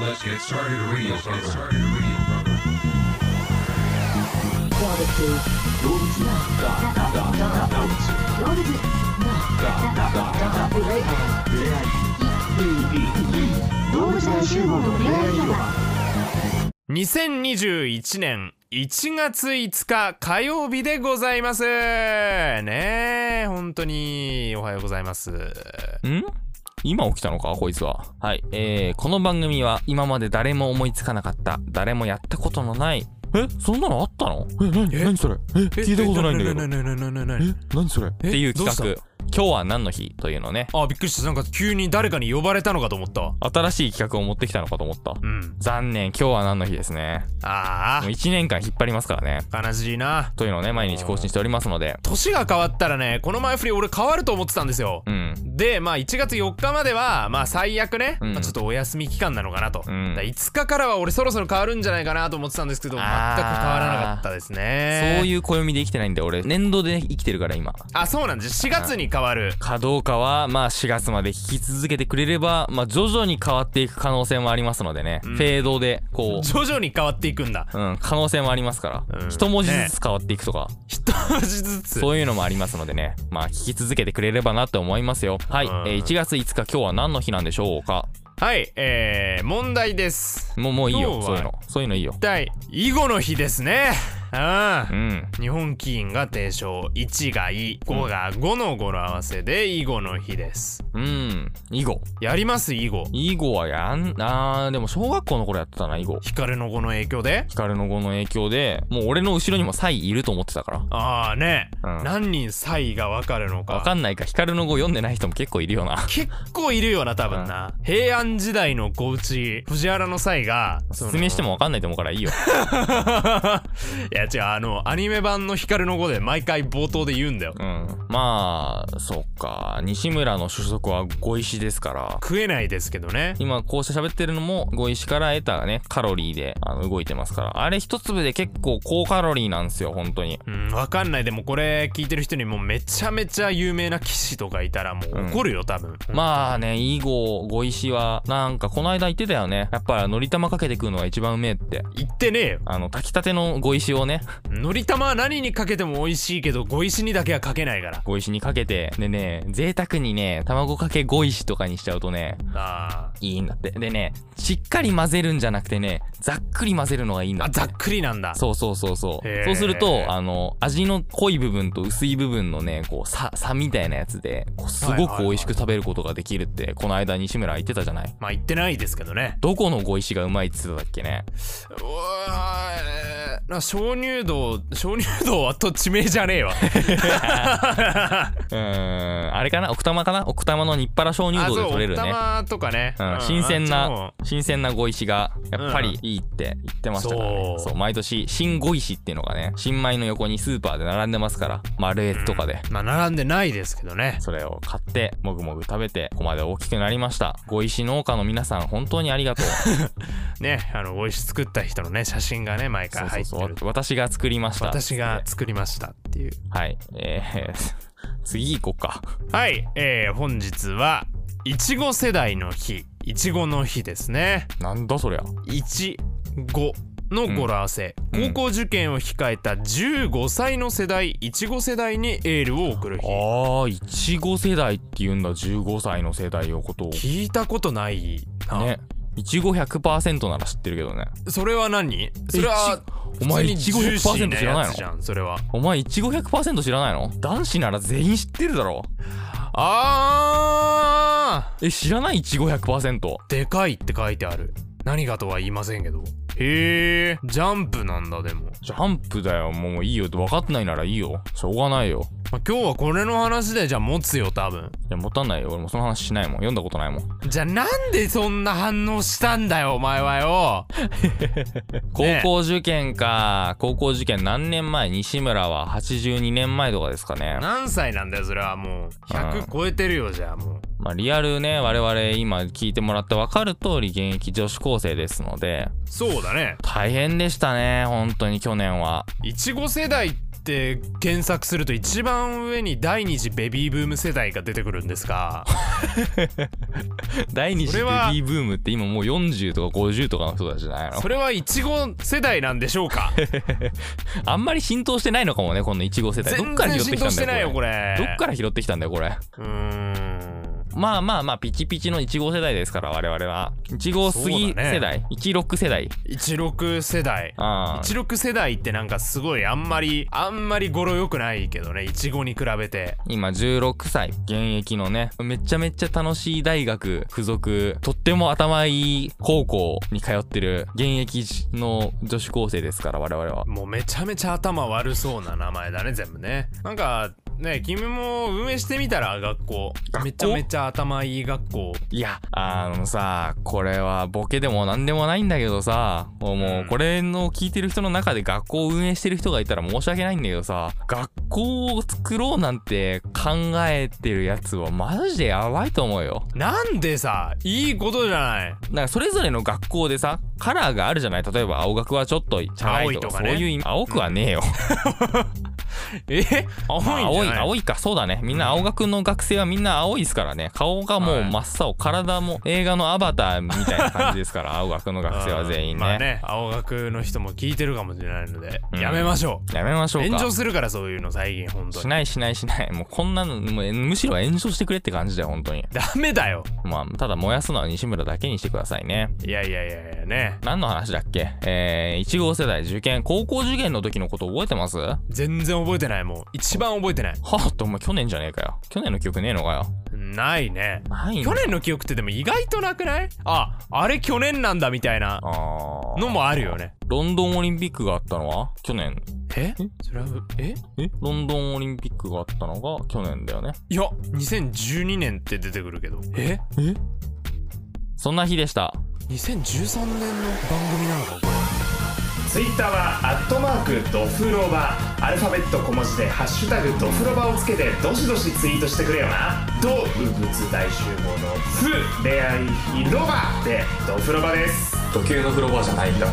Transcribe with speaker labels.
Speaker 1: Let's get started radio program. Let's get started radio program.
Speaker 2: Barbecue. Dogs.
Speaker 3: 2021年1月5日火曜日でございますねえ本当におはようございます
Speaker 4: ん今起きたのかこいつは。はい。えー、この番組は今まで誰も思いつかなかった、誰もやったことのない。えそんなのあったのえ、なに
Speaker 3: え
Speaker 4: なにそれえ、聞いたことないんだけど。
Speaker 3: な
Speaker 4: え、
Speaker 3: なななななな
Speaker 4: なにそれっ
Speaker 3: え
Speaker 4: ていう
Speaker 3: どう
Speaker 4: 企
Speaker 3: し
Speaker 4: 画。今日は何の日というのね。
Speaker 3: たあびっくりしたなんか急に誰かに呼ばれたのかと思ったわ
Speaker 4: 新しい企画を持ってきたのかと思った。
Speaker 3: うん
Speaker 4: 残念、今日は何の日ですね。
Speaker 3: あ
Speaker 4: もう1年間引っ張りますからね。
Speaker 3: あ悲しいな
Speaker 4: というのをね、毎日更新しておりますので。
Speaker 3: 年が変わったらねこの前振り俺変わると思ってたんですよ
Speaker 4: うん。
Speaker 3: でまあ1月4日まではまあ最悪ね、
Speaker 4: うん
Speaker 3: まあちょっとお休み期間なのかなと、
Speaker 4: うん
Speaker 3: だから5日からは俺そろそろ変わるんじゃないかなと思ってたんですけど全く変わ
Speaker 4: あー
Speaker 3: らなかったですね
Speaker 4: そういう暦で生きてないんで、俺、年度で生きてるから今。
Speaker 3: あそうなんです4月に変わる
Speaker 4: かどうかはまあ4月まで引き続けてくれればまあ徐々に変わっていく可能性もありますのでね、フェードでこ
Speaker 3: 徐々に変わっていくんだ
Speaker 4: う、うん、可能性もありますから、
Speaker 3: うん
Speaker 4: 一文字
Speaker 3: ね
Speaker 4: ずつ変わっていくとか、
Speaker 3: 一文字ずつ
Speaker 4: そういうのもありますのでねまあ聞き続けてくれればなと思いますよはい、
Speaker 3: うん
Speaker 4: えー1月5日今日は何の日なんでしょうか
Speaker 3: はいえー、問題です
Speaker 4: もうもういい
Speaker 3: 今
Speaker 4: よ
Speaker 3: 日は
Speaker 4: そういうのそういうのいいよ
Speaker 3: 一体囲碁の日ですねう
Speaker 4: うんん
Speaker 3: 日本棋院が提唱1が「い」5が「5の語呂合わせで囲碁の日です
Speaker 4: うん囲碁
Speaker 3: やります囲碁
Speaker 4: 囲碁はやんあーでも小学校の頃やってたな囲碁
Speaker 3: 光の碁の影響で
Speaker 4: 光の碁の影響でもう俺の後ろにもサイいると思ってたから
Speaker 3: ああね、
Speaker 4: うん
Speaker 3: 何人差異が分かるのか
Speaker 4: わかんないか光の碁読んでない人も結構いるよな
Speaker 3: 結構いるよな多分な、平安時代の子打ち藤原の際がその
Speaker 4: 説 明してもわかんないと思うからいいよ。
Speaker 3: いや違うあのアニメ版の光の碁で毎回冒頭で言うんだよ、
Speaker 4: うん。まあ、そっか。西村の主食は碁石ですから。
Speaker 3: 食えないですけどね
Speaker 4: 今こうして喋ってるのも碁石から得たね、カロリーであの動いてますから。あれ一粒で結構高カロリーなんですよ、本当に。
Speaker 3: うん分かんないでもこれ聞いてる人にもうめちゃめちゃ有名な棋士とかいたらもう怒るよ多分、
Speaker 4: まあね、囲碁、碁石は、なんかこの間言ってたよね。やっぱ、のり玉かけてくるのが一番うめえって。
Speaker 3: 言ってねえよ
Speaker 4: あの、炊きたての碁石をね、
Speaker 3: のり玉は何にかけても美味しいけど碁石にだけはかけないから
Speaker 4: 碁石にかけて、でね、贅沢にね、卵かけ碁石とかにしちゃうとね、
Speaker 3: あ
Speaker 4: いいんだって。でね、しっかり混ぜるんじゃなくてね、ざっくり混ぜるのがいいん
Speaker 3: ー
Speaker 4: だ
Speaker 3: あ
Speaker 4: って。
Speaker 3: ざっくりなんだ
Speaker 4: そうそうそうそ
Speaker 3: へー
Speaker 4: う。そうすると、あの、味の濃い部分と薄い部分のね、こう、差、差みたいなやつで、こうすごく美味しく食べることができるって、この間西村言ってたじゃない。
Speaker 3: まあ言ってないですけどね
Speaker 4: どこの碁石がうまいって言ってたっけね。
Speaker 3: うわーえーな鍾乳洞鍾乳洞はと地名じゃねえ わ
Speaker 4: うーん、あれかな奥多摩かな奥多摩の日原鍾乳
Speaker 3: あ
Speaker 4: 洞
Speaker 3: そう
Speaker 4: で取れるね。
Speaker 3: 玉とかね、
Speaker 4: うん、
Speaker 3: うん
Speaker 4: 新鮮
Speaker 3: あっちの
Speaker 4: な
Speaker 3: 方、
Speaker 4: 新鮮な碁石が、やっぱ
Speaker 3: うん
Speaker 4: りいいって言ってましたからね。
Speaker 3: そう
Speaker 4: そう、毎年、新碁石っていうのがね、新米の横にスーパーで並んでますから、丸越とかで。
Speaker 3: まあ並んでないですけどね
Speaker 4: それを買って、もぐもぐ食べて、ここまで大きくなりました。碁石農家の皆さん、本当にありがとう。
Speaker 3: ねあの美味し作った人のね写真がね毎
Speaker 4: そ
Speaker 3: 回
Speaker 4: うそ
Speaker 3: 入
Speaker 4: う
Speaker 3: って
Speaker 4: そ
Speaker 3: る。
Speaker 4: う私が作りました。
Speaker 3: 私が作りましたっていう
Speaker 4: はい。えー、 次行こうか。
Speaker 3: はいえー、本日はいちご世代の日いちごの日ですね
Speaker 4: なんだそりゃ。
Speaker 3: いちごの語呂合わせ、
Speaker 4: うん
Speaker 3: 高校受験を控えた15歳の世代いちご世代にエールを送る日
Speaker 4: ああ、いちご世代って言うんだ、15歳の世代のことを。
Speaker 3: 聞いたことないな、
Speaker 4: ね。いちご100%なら知ってるけどね。
Speaker 3: それは何それは
Speaker 4: お前
Speaker 3: 普通に
Speaker 4: いちご100%
Speaker 3: ジューシー
Speaker 4: 知らないの
Speaker 3: やつじゃんそれは
Speaker 4: お前いちご100%知らないの男子なら全員知ってるだろ
Speaker 3: あ
Speaker 4: え知らないいちご100%
Speaker 3: ーでかいって書いてある何がとは言いませんけどへえジャンプなんだでも、
Speaker 4: ジャンプだよもういいよ分かってないならいいよしょうがないよ
Speaker 3: まあ、今日はこれの話でじゃあ持つよ多分
Speaker 4: いや持たないよ俺もその話しないもん読んだことないもん
Speaker 3: じゃあなんでそんな反応したんだよお前はよ
Speaker 4: 高校受験か高校受験何年前西村は82年前とかですかね
Speaker 3: 何歳なんだよそれはもう
Speaker 4: うん
Speaker 3: 100超えてるよじゃあもう
Speaker 4: まあリアルね我々今聞いてもらって分かる通り現役女子高生ですので
Speaker 3: そうだね
Speaker 4: 大変でしたね本当に去年はい
Speaker 3: ちご世代っって検索すると一番上に第二次ベビーブーム世代が出てくるんです が
Speaker 4: 第二
Speaker 3: そ
Speaker 4: 次ベ
Speaker 3: れ
Speaker 4: ビ
Speaker 3: は
Speaker 4: ーブームって今もう40とか50とかの人たちじゃないの
Speaker 3: それはいちご世代なんでしょう か
Speaker 4: あんまり浸透してないのかもねこのいちご世代どっ
Speaker 3: 全
Speaker 4: から
Speaker 3: 然
Speaker 4: 拾って
Speaker 3: 浸
Speaker 4: きた
Speaker 3: 透し
Speaker 4: ん
Speaker 3: てな
Speaker 4: だ
Speaker 3: い
Speaker 4: よ
Speaker 3: よ
Speaker 4: こ
Speaker 3: こ
Speaker 4: れ
Speaker 3: れ
Speaker 4: どっから拾ってきたんだよこれ
Speaker 3: うーん
Speaker 4: まあまあまあピチピチのいちご世代ですから我々はいちご過ぎ
Speaker 3: そうだね
Speaker 4: 世代、16世代
Speaker 3: 16世代
Speaker 4: あー
Speaker 3: 16世代ってなんかすごいあんまりあんまり語呂良くないけどねいちごに比べて
Speaker 4: 今16歳現役のねめちゃめちゃ楽しい大学付属とっても頭いい高校に通ってる現役の女子高生ですから我々は
Speaker 3: もうめちゃめちゃ頭悪そうな名前だね全部ねなんかね君も運営してみたら学校
Speaker 4: 学校
Speaker 3: めちゃめちゃ頭いい学校
Speaker 4: いやあのさこれはボケでも何でもないんだけどさもうもうこれの聞いてる人の中で学校を運営してる人がいたら申し訳ないんだけどさ学校を作ろうなんて考えてるやつはマジでやばいと思うよ
Speaker 3: なんでさいいことじゃない
Speaker 4: なんかそれぞれの学校でさカラーがあるじゃない例えば青学はちょっとチャラ
Speaker 3: 青
Speaker 4: いとか
Speaker 3: いとかね
Speaker 4: そういう意味青くはねえよ、
Speaker 3: え青いんじ
Speaker 4: まあ
Speaker 3: ゃない
Speaker 4: 青い青いかそうだねみんな青学の学生はみんな青いですからね顔がもう真っ青体も映画のアバターみたいな感じですから 青学の学生は全員ね,、
Speaker 3: まあね青学の人も聞いてるかもしれないので、
Speaker 4: うん
Speaker 3: やめましょ
Speaker 4: やめまし
Speaker 3: う
Speaker 4: ょう
Speaker 3: 炎上
Speaker 4: か
Speaker 3: するからそういうの最近本当
Speaker 4: し
Speaker 3: に
Speaker 4: ないしないしないもうこんなのもうむしろ炎上してくれって感じだよ本当に
Speaker 3: ダメだよ
Speaker 4: まあただ燃やすのは西村だけにしてくださいね
Speaker 3: いやいやいやいやね
Speaker 4: 何の話だっけえー、1号世代受験高校受験の時のこと覚えてますは
Speaker 3: 全然覚えてないもう一番覚えてない
Speaker 4: あってお前去年じゃねえかよ去年の記憶ねえのかよ
Speaker 3: ないね
Speaker 4: ないんだ
Speaker 3: 去年の記憶ってでも意外となくないああれ去年なんだみたいな
Speaker 4: あー
Speaker 3: のもあるよね
Speaker 4: ロンドンオリンピックがあったのは去年
Speaker 3: えそれはえ
Speaker 4: えロンドンオリンピックがあったのが去年だよね
Speaker 3: いや2012年って出てくるけどえ
Speaker 4: そんな日でした
Speaker 3: 2013年の番組なのかこれ
Speaker 2: ツイッターはアットマークドフロバアルファベット小文字でハッシュタグドフロバをつけてどしどしツイートしてくれよなドウブツ大集合のフ恋愛広場でドフロバです
Speaker 4: 時計の風呂場じゃないんだ